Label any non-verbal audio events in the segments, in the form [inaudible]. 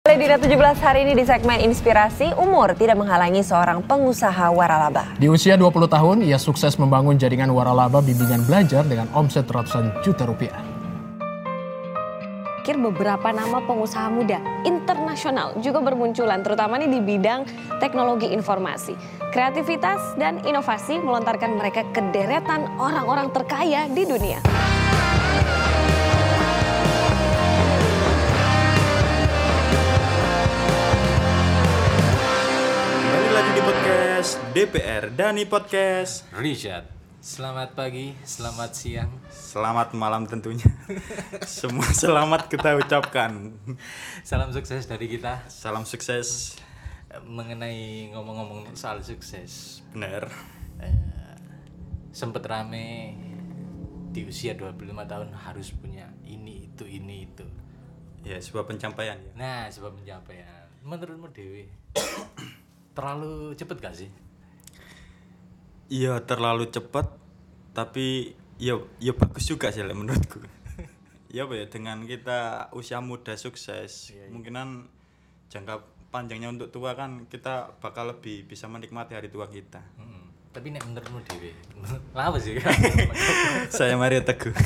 Pledira 17 hari ini di segmen Inspirasi Umur tidak menghalangi seorang pengusaha waralaba. Di usia 20 tahun, ia sukses membangun jaringan waralaba bimbingan belajar dengan omset ratusan juta rupiah. pikir beberapa nama pengusaha muda internasional juga bermunculan terutama nih di bidang teknologi informasi. Kreativitas dan inovasi melontarkan mereka ke deretan orang-orang terkaya di dunia. Kembali lagi di podcast DPR Dani Podcast. Richard. Selamat pagi, selamat siang. Selamat malam tentunya. Semua selamat kita ucapkan. Salam sukses dari kita Salam sukses. Eh, mengenai ngomong-ngomong soal sukses. Bener. Sempet rame di usia 25 tahun harus punya ini itu ini itu. Ya sebuah pencapaian ya. Nah, sebab pencapaian menurutmu Dewi terlalu cepet gak sih? Iya terlalu cepat tapi ya ya bagus juga sih Le, menurutku. Ya apa ya dengan kita usia muda sukses, kemungkinan jangka panjangnya untuk tua kan kita bakal lebih bisa menikmati hari tua kita. Mm-mm. Hmm, Tapi nek menurutmu Dewi, [laughs] lawas sih. Saya Mario Teguh.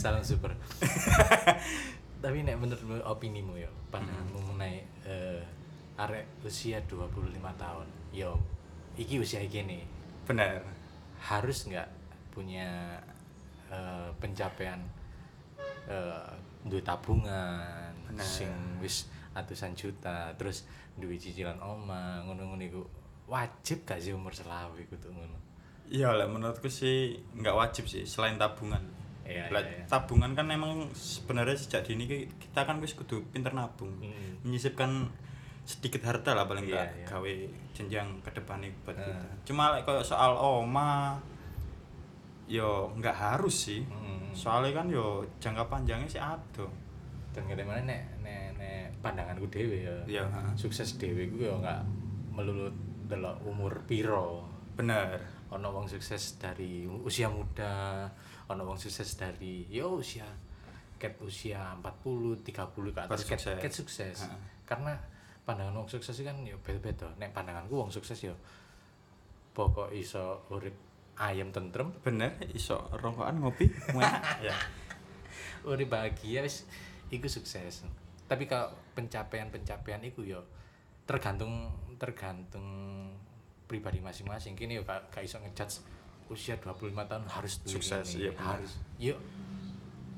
Salam super. [laughs] Tapi nek menurutmu opinimu ya, pandanganmu mengenai eh, arek usia 25 tahun. Yo, iki usia iki nih. Bener. Harus nggak punya eh, pencapaian eh duit tabungan sing wis ratusan juta, terus duit cicilan oma, ngono-ngono iku. Wajib gak sih umur selawe kudu ngono? Iya lah menurutku sih nggak wajib sih selain tabungan. Iya, Lah, iya, iya. Tabungan kan emang sebenarnya sejak dini ki- kita kan wis kudu pinter nabung. Mm. Menyisipkan sedikit harta lah paling Iya, nggak iya. Ah. gawe jenjang ke depan nih buat kita. Cuma like, kalau soal oma yo nggak harus sih. Mm. Soalnya kan yo jangka panjangnya sih ada. dan kira mana nek nek nek pandanganku dewe ya Iya, ha. sukses dewe ku ya nggak melulu delok umur piro Bener. ono wong sukses dari usia muda ono wong sukses dari yo usia ket usia 40 30 ke atas Baru ket, sukses. ket sukses Ha. karena pandangan wong sukses kan yo beda-beda nek pandanganku wong sukses yo pokok iso urip ayam tentrem Bener iso rongkokan ngopi. [laughs] muenak. ya. Uri Oh, bahagia wis iku sukses. Tapi kalau pencapaian-pencapaian iku yo tergantung tergantung pribadi masing-masing. Kini ya, yo gak, gak iso ngejudge usia 25 tahun harus duwe Sukses, iya ini, bener. harus. Yo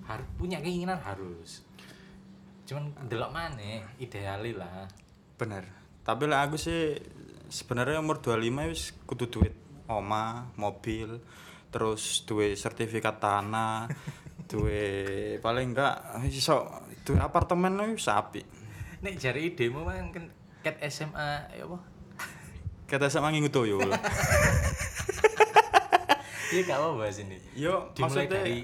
harus punya keinginan harus. Cuman delok maneh ideali lah. Bener. Tapi lah aku sih sebenarnya umur 25 wis kudu duit oma, mobil, terus duwe sertifikat [laughs] tanah, duwe paling enggak iso duwe apartemen lah wis sapi. Nek jari idemu kan kan ket SMA ya apa? Kata sama ngingu toyo. [laughs] Iya gak apa-apa sini. Yo maksudnya- Dimulai dari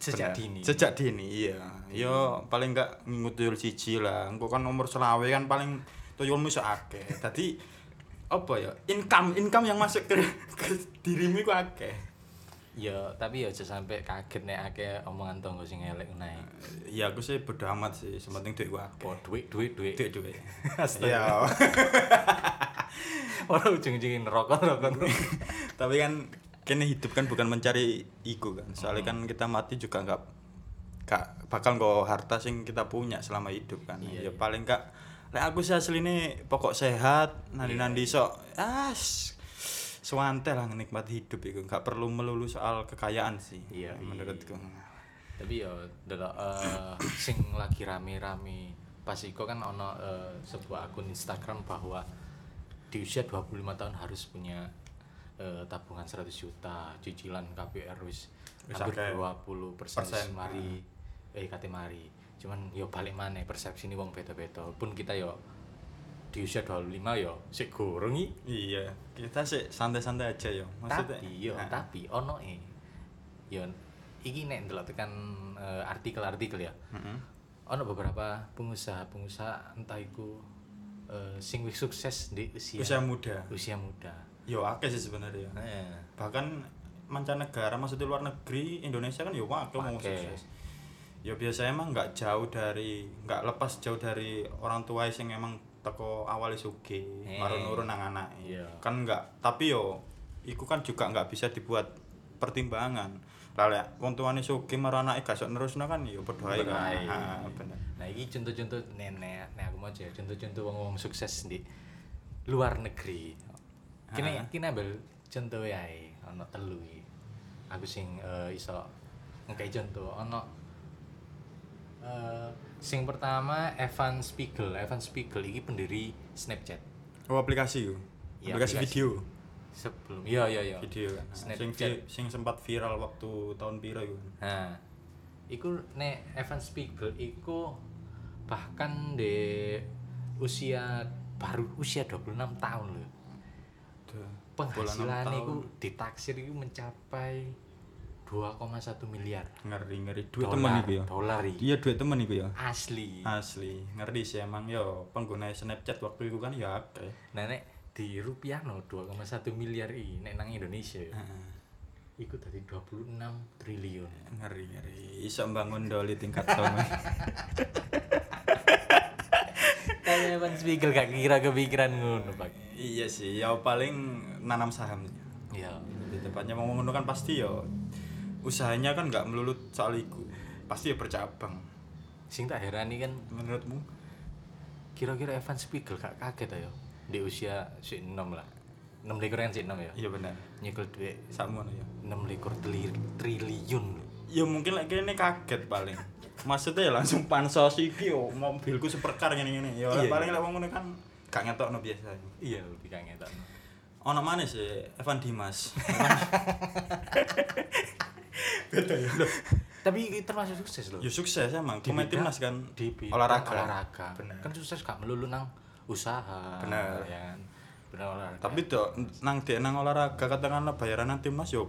sejak Bener. dini. Sejak dini iya. Yo paling enggak ngingu tuyul siji lah. Engko kan umur selawe kan paling tuyulmu iso akeh. Dadi apa ya? Income, income yang masuk ke, ke dirimu iku akeh. Ya, tapi ya aja sampai kaget nek akeh omongan tonggo sing elek nae. Ya aku sih bodo amat sih, sementing duit gua akeh. Po duit duit duit. Duit duit. Astaga. Iya. [laughs] Ora ujung-ujungin rokok rokok. [laughs] [laughs] Tapi kan kene hidup kan bukan mencari ego kan. Soalnya kan kita mati juga nggak nggak bakal nggak harta sing kita punya selama hidup kan. Iya, ya paling nggak lek aku sih asline pokok sehat, nandi-nandi Iya, sok. As. Suante lah nikmati hidup itu nggak perlu melulu soal kekayaan sih Iya, menurutku. tapi ya delok eh, sing lagi rame-rame. Pas iku kan ono eh, sebuah akun Instagram bahwa di usia 25 tahun harus punya eh, tabungan 100 juta, cicilan KPR wis Wis hampir akeh. 20 persen, Persen. mari eh kate mari. Cuman yo balik maneh persepsi ini wong beda-beda. Pun kita yo di usia 25 yo ya, sik gorong iki Iya, kita sih santai-santai aja ya. Maksudnya tapi yo Nah, tapi ono e yo iki nek ndelok tekan eh, artikel-artikel ya mm-mm. ono beberapa pengusaha-pengusaha entah iku eh, sing wis sukses di usia usia muda. ya. usia muda Yo akeh sih sebenarnya. Heeh. Iya. bahkan mancanegara maksudnya luar negeri Indonesia kan ya wakil mau Wakil. sukses ya biasanya emang nggak jauh dari nggak lepas jauh dari orang tua sing emang teko awal suge Eh. marun urun nang anak Iya. kan nggak tapi yo iku kan juga nggak bisa dibuat pertimbangan lah lek wong tuane suge marang anake gak sok nerusno kan yo padha ae kan Bener ae. Ah, bener Nah, ini contoh-contoh nenek, nek aku mau aja contoh-contoh wong-wong sukses di luar negeri. Ah. Kini kini ambil contoh ya, ono telu iki. Aku sing eh, iso ngekei contoh ono eh, sing pertama Evan Spiegel. Evan Spiegel iki pendiri Snapchat. oh aplikasi yo Iya, aplikasi, aplikasi. video Sebelum iya iya iya. video kan sing Snapchat. vi- sing sempat viral waktu tahun piro iku Nah, iku nek Evan Spiegel iku bahkan di usia baru usia 26 tahun loh. Duh, bola enam Penghasilan tahun. iku ditaksir iku mencapai 2,1 miliar ngeri ngeri duit temen dolar. iku ya Dolar iki. iya duit temen iku ya asli. asli ngeri sih emang yo pengguna Snapchat waktu itu kan ya akeh Nah, nek di rupiah no 2,1 miliar i nek nang Indonesia ya. Iku dari 26 triliun. ngeri ngeri iso bangun doli tingkat sama Kayak Evan Spiegel gak kira kepikiran ngono, Pak. [laughs] iya sih ya paling nanam saham Iya. di tempatnya mau ngono kan pasti yo usahanya kan nggak melulu soal iku pasti ya bercabang Sing tak herani kan menurutmu kira-kira Evan Spiegel gak kaget ta yo di usia si enam lah enam likur kan si enam ya iya benar nyekel duit sama ya enam likur triliun lho. ya mungkin lagi ini kaget paling maksudnya ya langsung pansos iki yo mobilku seperkar gini gini ya Iya, paling lek wong ngono kan gak ngetok no biasa iya lebih kangen tak ono mana sih Evan Dimas [laughs] tapi ini termasuk sukses loh ya sukses emang Di pemain bidang- timnas kan di bidang olahraga olahraga Bener. kan sukses gak melulu nang usaha Bener. ya kan bener olahraga tapi tuh nang dek nang olahraga katakanlah bayaran nang timnas yo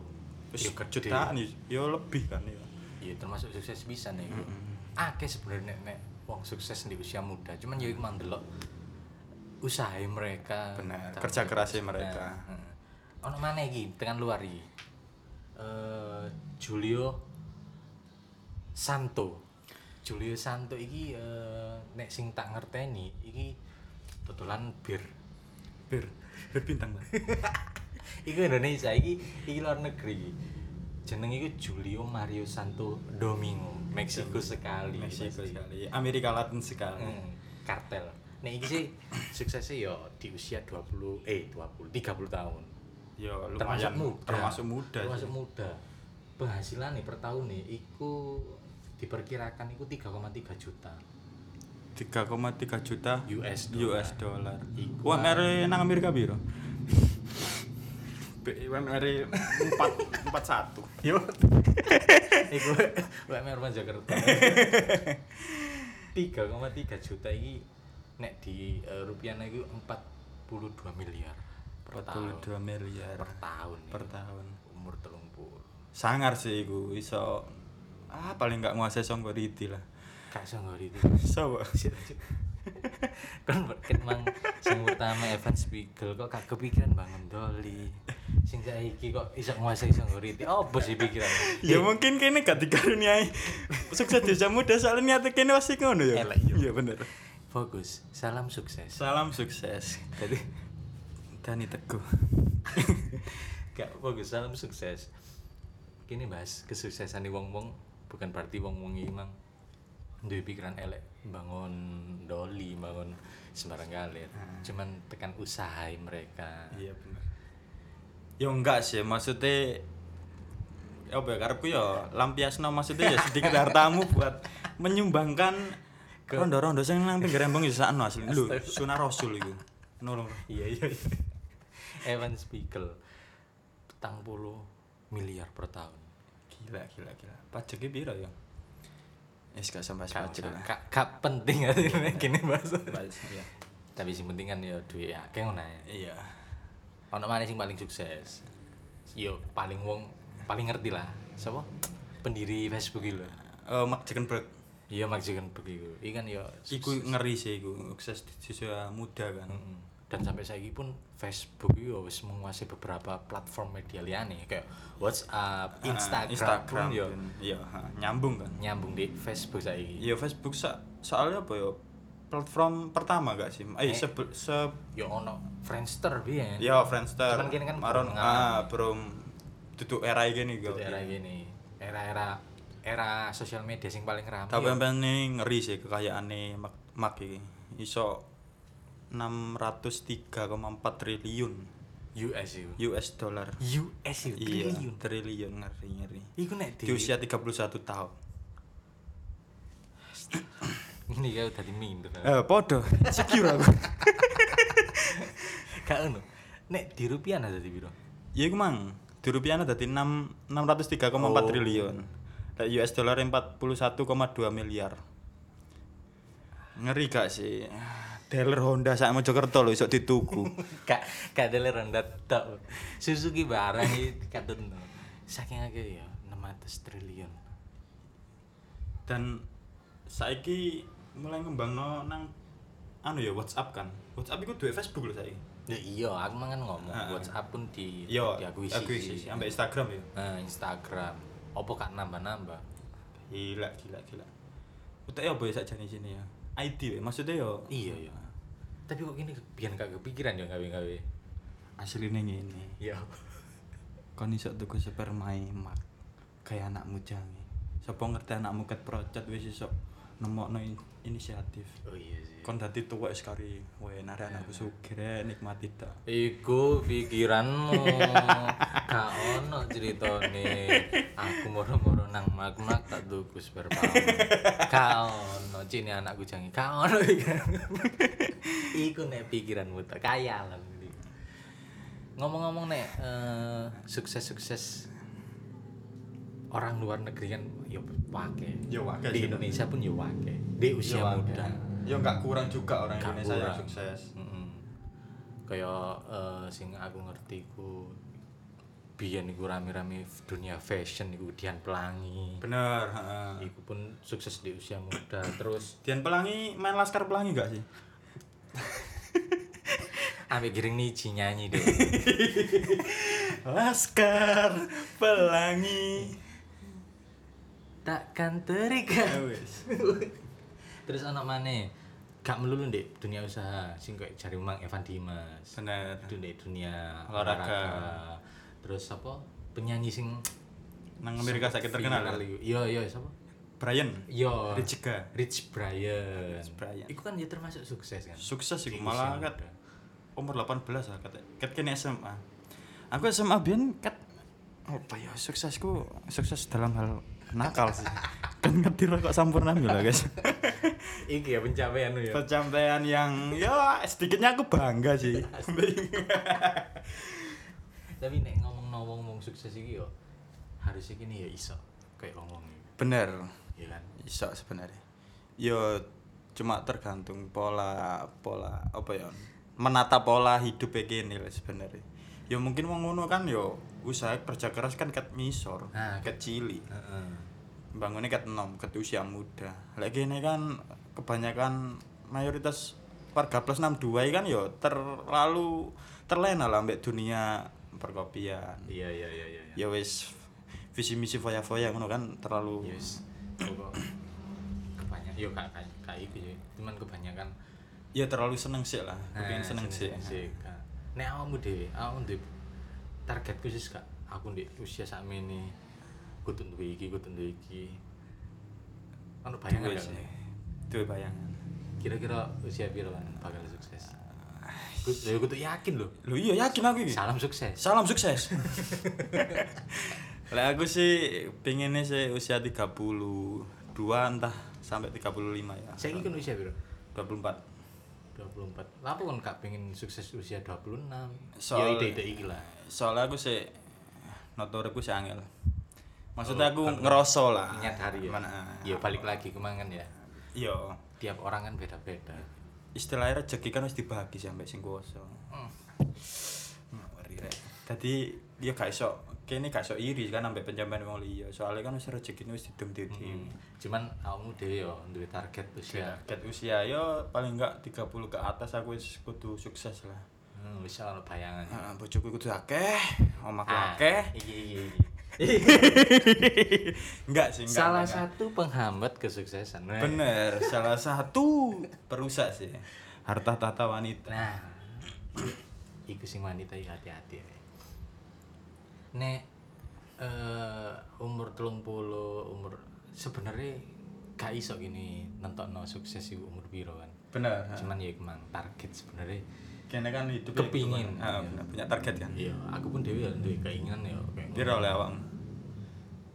wis Yo gede. jutaan yo- yo lebih kan yo ya termasuk sukses bisa nih mm sebenarnya nek, nek wong sukses di usia muda cuman ya emang delok usaha mereka Bener, Tapi- kerja kerasnya mereka. Heeh. Eh, ono mana iki dengan luar iki Eh, Julio Santo Julio Santo iki eh, nek sing tak ngerteni iki dodolan bir bir bir bintang Bang. iku Indonesia iki iki luar negeri jeneng iku Julio Mario Santo Domingo Meksiko sekali Meksiko pasti. sekali Amerika Latin sekali Hmm, kartel nah iki sih suksesnya yo di usia 20 eh 20 30 tahun yo termasuk lumayan muda termasuk muda sih. termasuk muda penghasilan nih per tahun nih iku diperkirakan iku 3,3 juta 3,3 juta US dollar. US dollar Iku- kan. UMR nang Amerika [laughs] biro UMR 4 41 yo iku [laughs] UMR [laughs] Jakarta 3,3 juta ini nek di eh, rupiah iku 42 miliar per tahun 42 miliar per tahun per iku. tahun umur telung puluh sangar sih iku iso ah paling nggak nguasai songgo riti lah gak iso nggori itu [laughs] so kan berkat mang sing pertama Evan Spiegel kok gak kepikiran bangun doli sing saiki kok iso nguasai songgoriti oh bos sih pikiran ya mungkin kene gak dikaruniai sukses di usia muda soalnya niatnya kene pasti ngono ya Elek, iya. iya bener fokus salam sukses salam sukses jadi Dani Teguh [laughs] gak fokus salam sukses kini bahas kesuksesan di wong wong bukan berarti wong wong ini mang duwe pikiran elek bangun doli bangun sembarang galer cuman tekan usaha mereka iya bener ya enggak sih maksudnya ya apa ya karepku ya lampiasno maksudnya ya sedikit hartamu buat menyumbangkan rondo-rondo sing nang pinggir embong ya sakno asli lho sunah rasul iku nolong iya iya iya. Evan Spiegel petang puluh miliar per tahun gila gila gila pajaknya piro ya es gak sampai gak, pajak lah gak- gak penting artinya gini bahasa Pas- iya. tapi sing penting kan ya duit ya kayak ngono ya iya ono mana sing paling sukses yo paling wong paling ngerti lah siapa pendiri Facebook itu lho. Eh, Mark Zuckerberg kan iya Mark Zuckerberg itu ikan yo iku ngeri sih iku sukses di usia muda kan dan sampai saiki pun Facebook yo wis menguasai beberapa platform media liyane kayak Ah, WhatsApp, Instagram, Instagram pun ya. yo dan- iya ha, nyambung kan nyambung di Facebook saiki. ya Facebook sa- soalnya apa ya platform pertama gak sih eh, sebe- se Yo ono Friendster biyen. ya Friendster Cuman kini kan maron belum ah belum tutup era gini Itu gak era gini. Era-era era sosial media sing paling ramai. tapi yang paling ngeri sih kekayaannya Mark Mark ini iso 603,4 triliun US itu. US dollar US itu iya triliun. Iya. triliun ngeri ngeri Iku nek di usia 31 tahun ini kayak udah [laughs] minder. eh podo secure aku [laughs] Gak ono. Nek di rupiah ada di biro. Iya iku mang. Di rupiah ada di 6 603,4 triliun. Lek US dollar 41,2 miliar. Ngeri gak sih? Dealer Honda sak Mojokerto lho isok dituku. [laughs] Kak, kak ada rendah tau. Suzuki barang ini kak deno. Saking agak ya, 600 triliun. Dan saiki mulai ngembangno nang anu ya WhatsApp kan. WhatsApp iku duwe Facebook lho saiki. Ya iya, aku mah kan ngomong Ah. Iya, WhatsApp pun di Yo, diakui akuisisi sih. sampai Instagram ya. Nah, Instagram. Opo kak nambah-nambah. Gila, gila, gila. Utek ya boy sakjane sini ya. ID we, maksudnya yo Iya ya. Tapi kok gini biar gak kepikiran ya gawe-gawe. asline ngene. Iya. kon iso tuku sperma mak kayak anakmu jange sapa ngerti anakmu ket procet wis iso nemokno in- inisiatif Oh iya sih. kon dadi tuwek sekali wae nare anakku sugih rek, nikmati ta Iku [laughs] pikiranmu Gak ono ceritane Aku moro-moro nang mak-mak tak tuku sperma Gak ono cini anakku jangi Gak ono [laughs] pikiranmu Iku nek pikiranmu tak kaya lah Ngomong-ngomong nek eh, sukses-sukses orang luar negeri kan ya pakai Ya, wake di sih. Indonesia pun ya pakai di usia muda yo nggak kurang juga orang Nggak Indonesia yang kurang. sukses Mm-mm. Kayak eh, sing aku ngerti ku biyen iku rame-rame f- dunia fashion iku Dian Pelangi. bener heeh. Iku pun sukses di usia muda terus Dian Pelangi main laskar pelangi gak sih ambek giring niji nyanyi deh. laskar pelangi Takkan terikat. Ya wis terus anak mana? Gak melulu di dunia usaha sing kayak jari Mang Evan Dimas. bener Dunia dunia Olahraga. Terus apa? Penyanyi sing nang Amerika sakit terkenal viral kan? iku. Iya iya siapa? Brian Yo. Rich Ga. Iya. Rich Brian. Rich Brian. Iku kan dia termasuk sukses kan. sukses Di iku usia malah muda. kat umur 18 lah kat kat kene SMA aku SMA biyen kat apa ya suksesku sukses dalam hal nakal sih kan ngerti rokok sampurna lah guys Iki ya pencapaian lu ya. pencapaian yang ya sedikitnya aku bangga sih Tapi nek ngomong wong wong sukses iki yo harusnya gini ya iso kayak ngomong bener ya kan. iso sebenarnya yo cuma tergantung pola pola apa ya menata pola hidup kayak gini lah sebenarnya ya mungkin wong ngono kan yo usaha kerja keras kan kat misor Nah, kat cili Heeh. bangunnya kat enom kat usia muda lagi ini kan kebanyakan mayoritas warga plus 62 ini kan yo terlalu terlena lah ambek dunia perkopian Iya iya iya iya. ya wis visi misi foya foya ngono kan terlalu Yes. Ya Pokok kebanyakan yo kak kak kak iku ya. Cuman kebanyakan ya terlalu seneng sih lah Nah, pengen Eh, seneng sih Kak. Nek awakmu dhewe, awakmu ndek target khusus gak? Aku ndek usia sakmene kudu duwe iki, kudu duwe iki. Ono bayangan Duwe gak? sih. Duwe bayangan Kira-kira usia piro kan bakal sukses? Kudu kudu yakin lho. lu Eh, iya yakin aku iki Salam sukses. salam sukses [laughs] lah aku sih pengennya sih usia 32 entah sampai 35 ya Saiki kan usia piro? 24 24. Lah apa kon gak pengen sukses usia 26? Soal- Ya ide-ide iki lah. soalnya aku sih notor aku sih angel maksudnya aku ngeroso lah Nyadari ya. Mana- Ya balik lagi kemangan ya. yo Tiap orang kan beda-beda. istilahnya Hmm. rezeki kan harus dibagi sampai sing kuasa Hmm. ngawari rek jadi ya gak iso kene gak iso iri kan ambek pencapaian wong liya soalnya kan wis rezekine wis didem-didem cuman awakmu dhewe yo duwe target usia target usia yo paling enggak 30 ke atas aku wis kudu sukses lah hmm, wis ono [laughs] bayangan Heeh, bojoku kudu akeh omahku Ah, akeh iki iki iki enggak sih enggak salah enggak. satu penghambat kesuksesan Weh. bener salah satu perusak sih harta tahta wanita Nah, [coughs] iku sing wanita iki hati-hati. Rek. Nek eh umur 30, umur sebenarnya gak iso gini nentokno sukses iku umur piro kan. bener Cuman ya emang target sebenarnya. Nah, kene kan hidup Kepingin. punya target kan Ya, aku pun dhewe ya duwe keinginan ya kayak kira oleh awakmu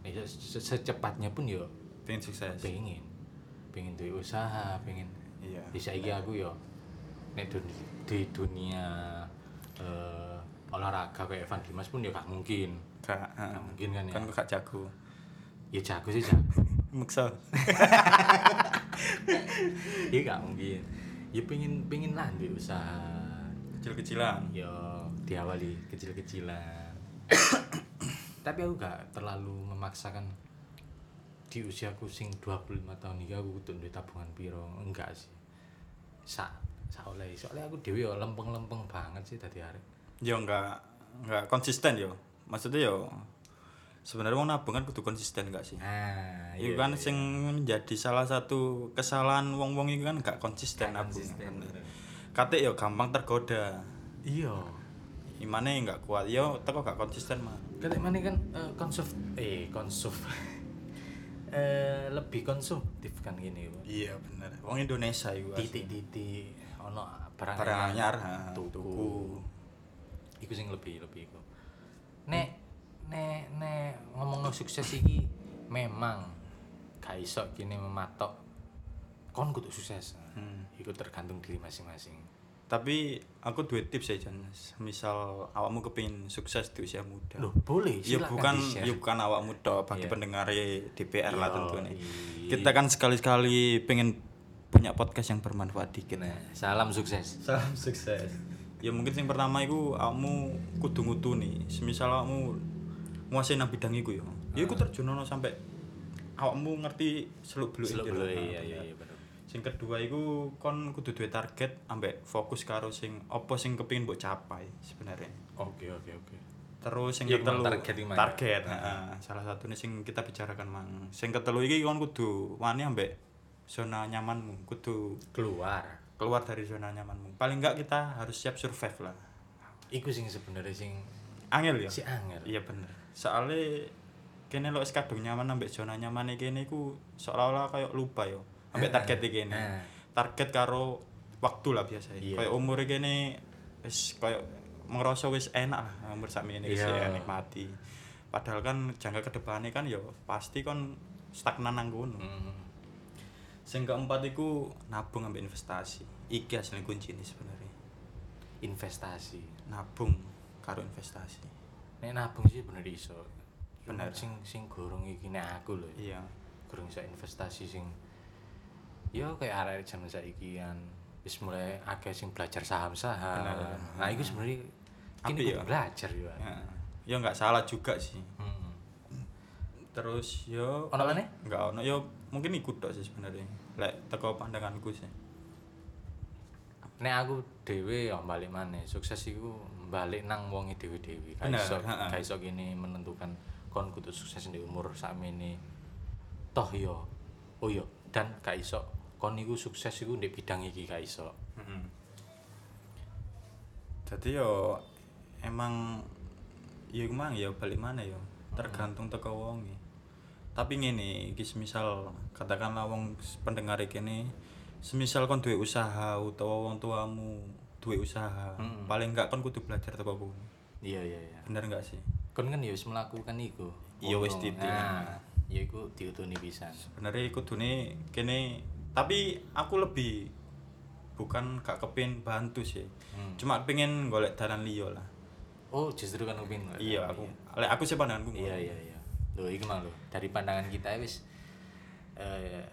Ya, se- secepatnya pun ya pengen sukses pengen pengen duwe usaha pengen Iya. di saiki aku yo nek dun- di dunia eh, olahraga kayak Evan Dimas pun ya gak mungkin gak heeh. Gak mungkin kan ya kan kok gak jago ya jago sih jago maksa ya gak mungkin ya pengen pengen lah duwe usaha kecil-kecilan yo diawali kecil-kecilan tapi aku gak terlalu memaksakan di usiaku sing 25 tahun iki aku kudu duwe tabungan piro enggak sih sa sa oleh soalnya aku dewi yo lempeng-lempeng banget sih tadi hari yo enggak enggak konsisten yo maksudnya yo sebenarnya wong nabung kan kudu konsisten gak sih nah Iya kan sing menjadi salah satu kesalahan wong-wong itu kan gak konsisten nabung. Kate yo gampang tergoda. iya Imane nggak kuat. Yo teko gak konsisten mah. kata mana kan eh, konsum eh konsum [laughs] eh lebih konsumtif kan gini Bu. Iya bener. Wong Indonesia iku. titik-titik ono barang Barang anyar, ha, tuku. tuku. iku sing lebih lebih iku Hmm. nek nek nek ngomong sukses iki memang gak iso kini mematok kon kudu sukses Hmm. iku tergantung diri masing-masing Tapi aku dua tips ya Jan. Misal awakmu kepingin sukses di usia muda. loh boleh Ya silakan bukan di-share. ya bukan awak muda bagi Iya. pendengar DPR lah Yo, tentu nih. iya. Kita kan sekali-sekali pengen punya podcast yang bermanfaat dikit. Nah, salam sukses Salam sukses. Ya mungkin yang pertama itu kamu kudu ngutu nih. Semisal kamu nguasain nang bidang iku ya. Ya Ah. iku terjunono sampai awakmu ngerti seluk-beluk Seluk itu. beluk, Nah, iya iya bener. iya bener Sing kedua iku kon kudu duwe target ambek fokus karo sing apa sing kepengin mbok capai sebenarnya. oke oke oke Terus sing Iya, ketelu emang target Ah, iki, Mang. target, heeh. Salah satunya sing kita bicarakan mang. Sing ketelu iki kon kudu wani ambek zona nyamanmu. Kudu keluar keluar dari zona nyamanmu. Paling enggak kita harus siap survive lah. iku sing sebenarnya sing Angel ya? si anger Iya bener. Soalnya kene lo es kadung nyaman ambek zona nyaman iki kene iku seolah-olah kayak lupa yo Eh, ambek target iki kene. Heeh. Target karo waktu lah biasa. e. Iya. Kayak umur iki kene wis kayak ngerasa wis enak lah umur sak ini wis ya, Iya. nikmati. Padahal kan jangka kedepannya kan yo pasti kon stagnan nang kono. Hmm. Sing keempat iku nabung ambek investasi. Iki asline kuncine sebenarnya. investasi Nabung karo investasi. nek nabung sih bener iso Bener. bener sing sing gorong iki nek aku lho ya, Iya. gorong iso investasi sing ya kayak arek jaman saiki kan wis mulai akeh sing belajar saham-saham Bener. nah iku sebenarnya Apik kini ya. kudu belajar ya Ya, ya nggak salah juga sih. hmm. Terus yo Ono maneh? Nggak ono. Yo mungkin ikut tok sih sebenarnya. Lek teko pandanganku sih. nek aku dhewe ya balik maneh sukses iku balik nang wonge dhewe-dhewe Bener, Gak iso ha-ha. gak iso kene menentukan kon kudu sukses di umur sakmene toh yo oh yo dan gak iso kon iku sukses iku di bidang iki gak iso Jadi yo emang yo emang yo balik mana yo tergantung teko wonge. Tapi ngene, iki semisal katakanlah wong pendengar iki ini semisal kon duwe usaha utawa wong tuamu duwe usaha, paling enggak kon kudu belajar teko kono. iya iya iya Bener enggak sih? kon kan ya wis melakukan iku Iya, wis Untung. titik. nah ya iku diutuni pisan sebenarnya kudune kene tapi aku lebih bukan gak kepin bantu sih Hmm. cuma pengen golek dalan liya lah oh justru kan upin iya aku lek aku sih pandanganku iya iya iya loh iku mah loh dari pandangan kita ya wis eh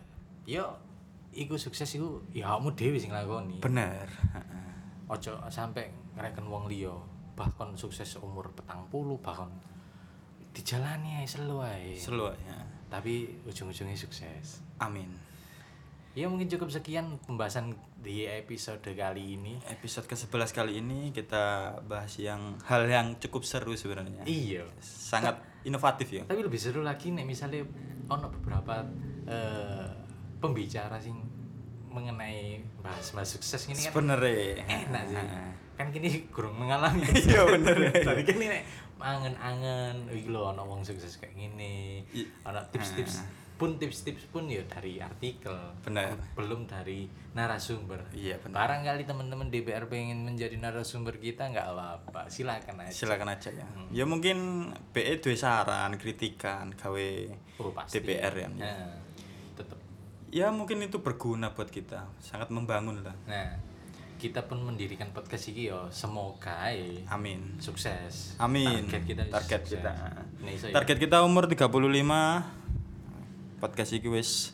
yo iku sukses iku [laughs] ya kamu dhewe sing lakoni bener ojo sampe ngereken wong liya bahkan sukses umur petang puluh bahkan dijalani ae selo ae. Selo ya. Tapi ujung-ujungnya sukses. Amin. Ya mungkin cukup sekian pembahasan di episode kali ini. Episode ke-11 kali ini kita bahas yang hal yang cukup seru sebenarnya. Iya. Sangat inovatif ya. Tapi lebih seru lagi nih misalnya ono beberapa eh, pembicara sing mengenai bahas-bahas sukses ini kan Sebenarnya. enak sih kan kini kurang mengalami [laughs] Iya, bener. [laughs] tapi kan ini angen-angen wih lo ono wong sukses kayak gini I- ono tips-tips pun tips-tips pun ya dari artikel [laughs] Bener. belum dari narasumber Iya, bener. barangkali teman-teman DPR pengen menjadi narasumber kita nggak apa-apa silakan aja Silakan aja ya. Hmm. Ya mungkin BE duwe saran, kritikan, gawe Oh, pasti. DPR ya. nah, tetap Ya mungkin itu berguna buat kita, sangat membangun lah. nah kita pun mendirikan podcast ini yo semoga ya Amin. sukses Amin. target kita ya target sukses. kita. Nah, iso ya. Target kita umur 35 podcast iki wis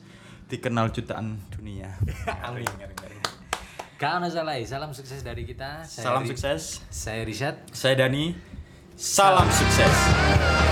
dikenal jutaan dunia. [laughs] Amin. Kak Ono Salai, salam sukses dari kita. Saya Salam Ri- sukses. Saya Rizat. Saya Dani. Salam sukses.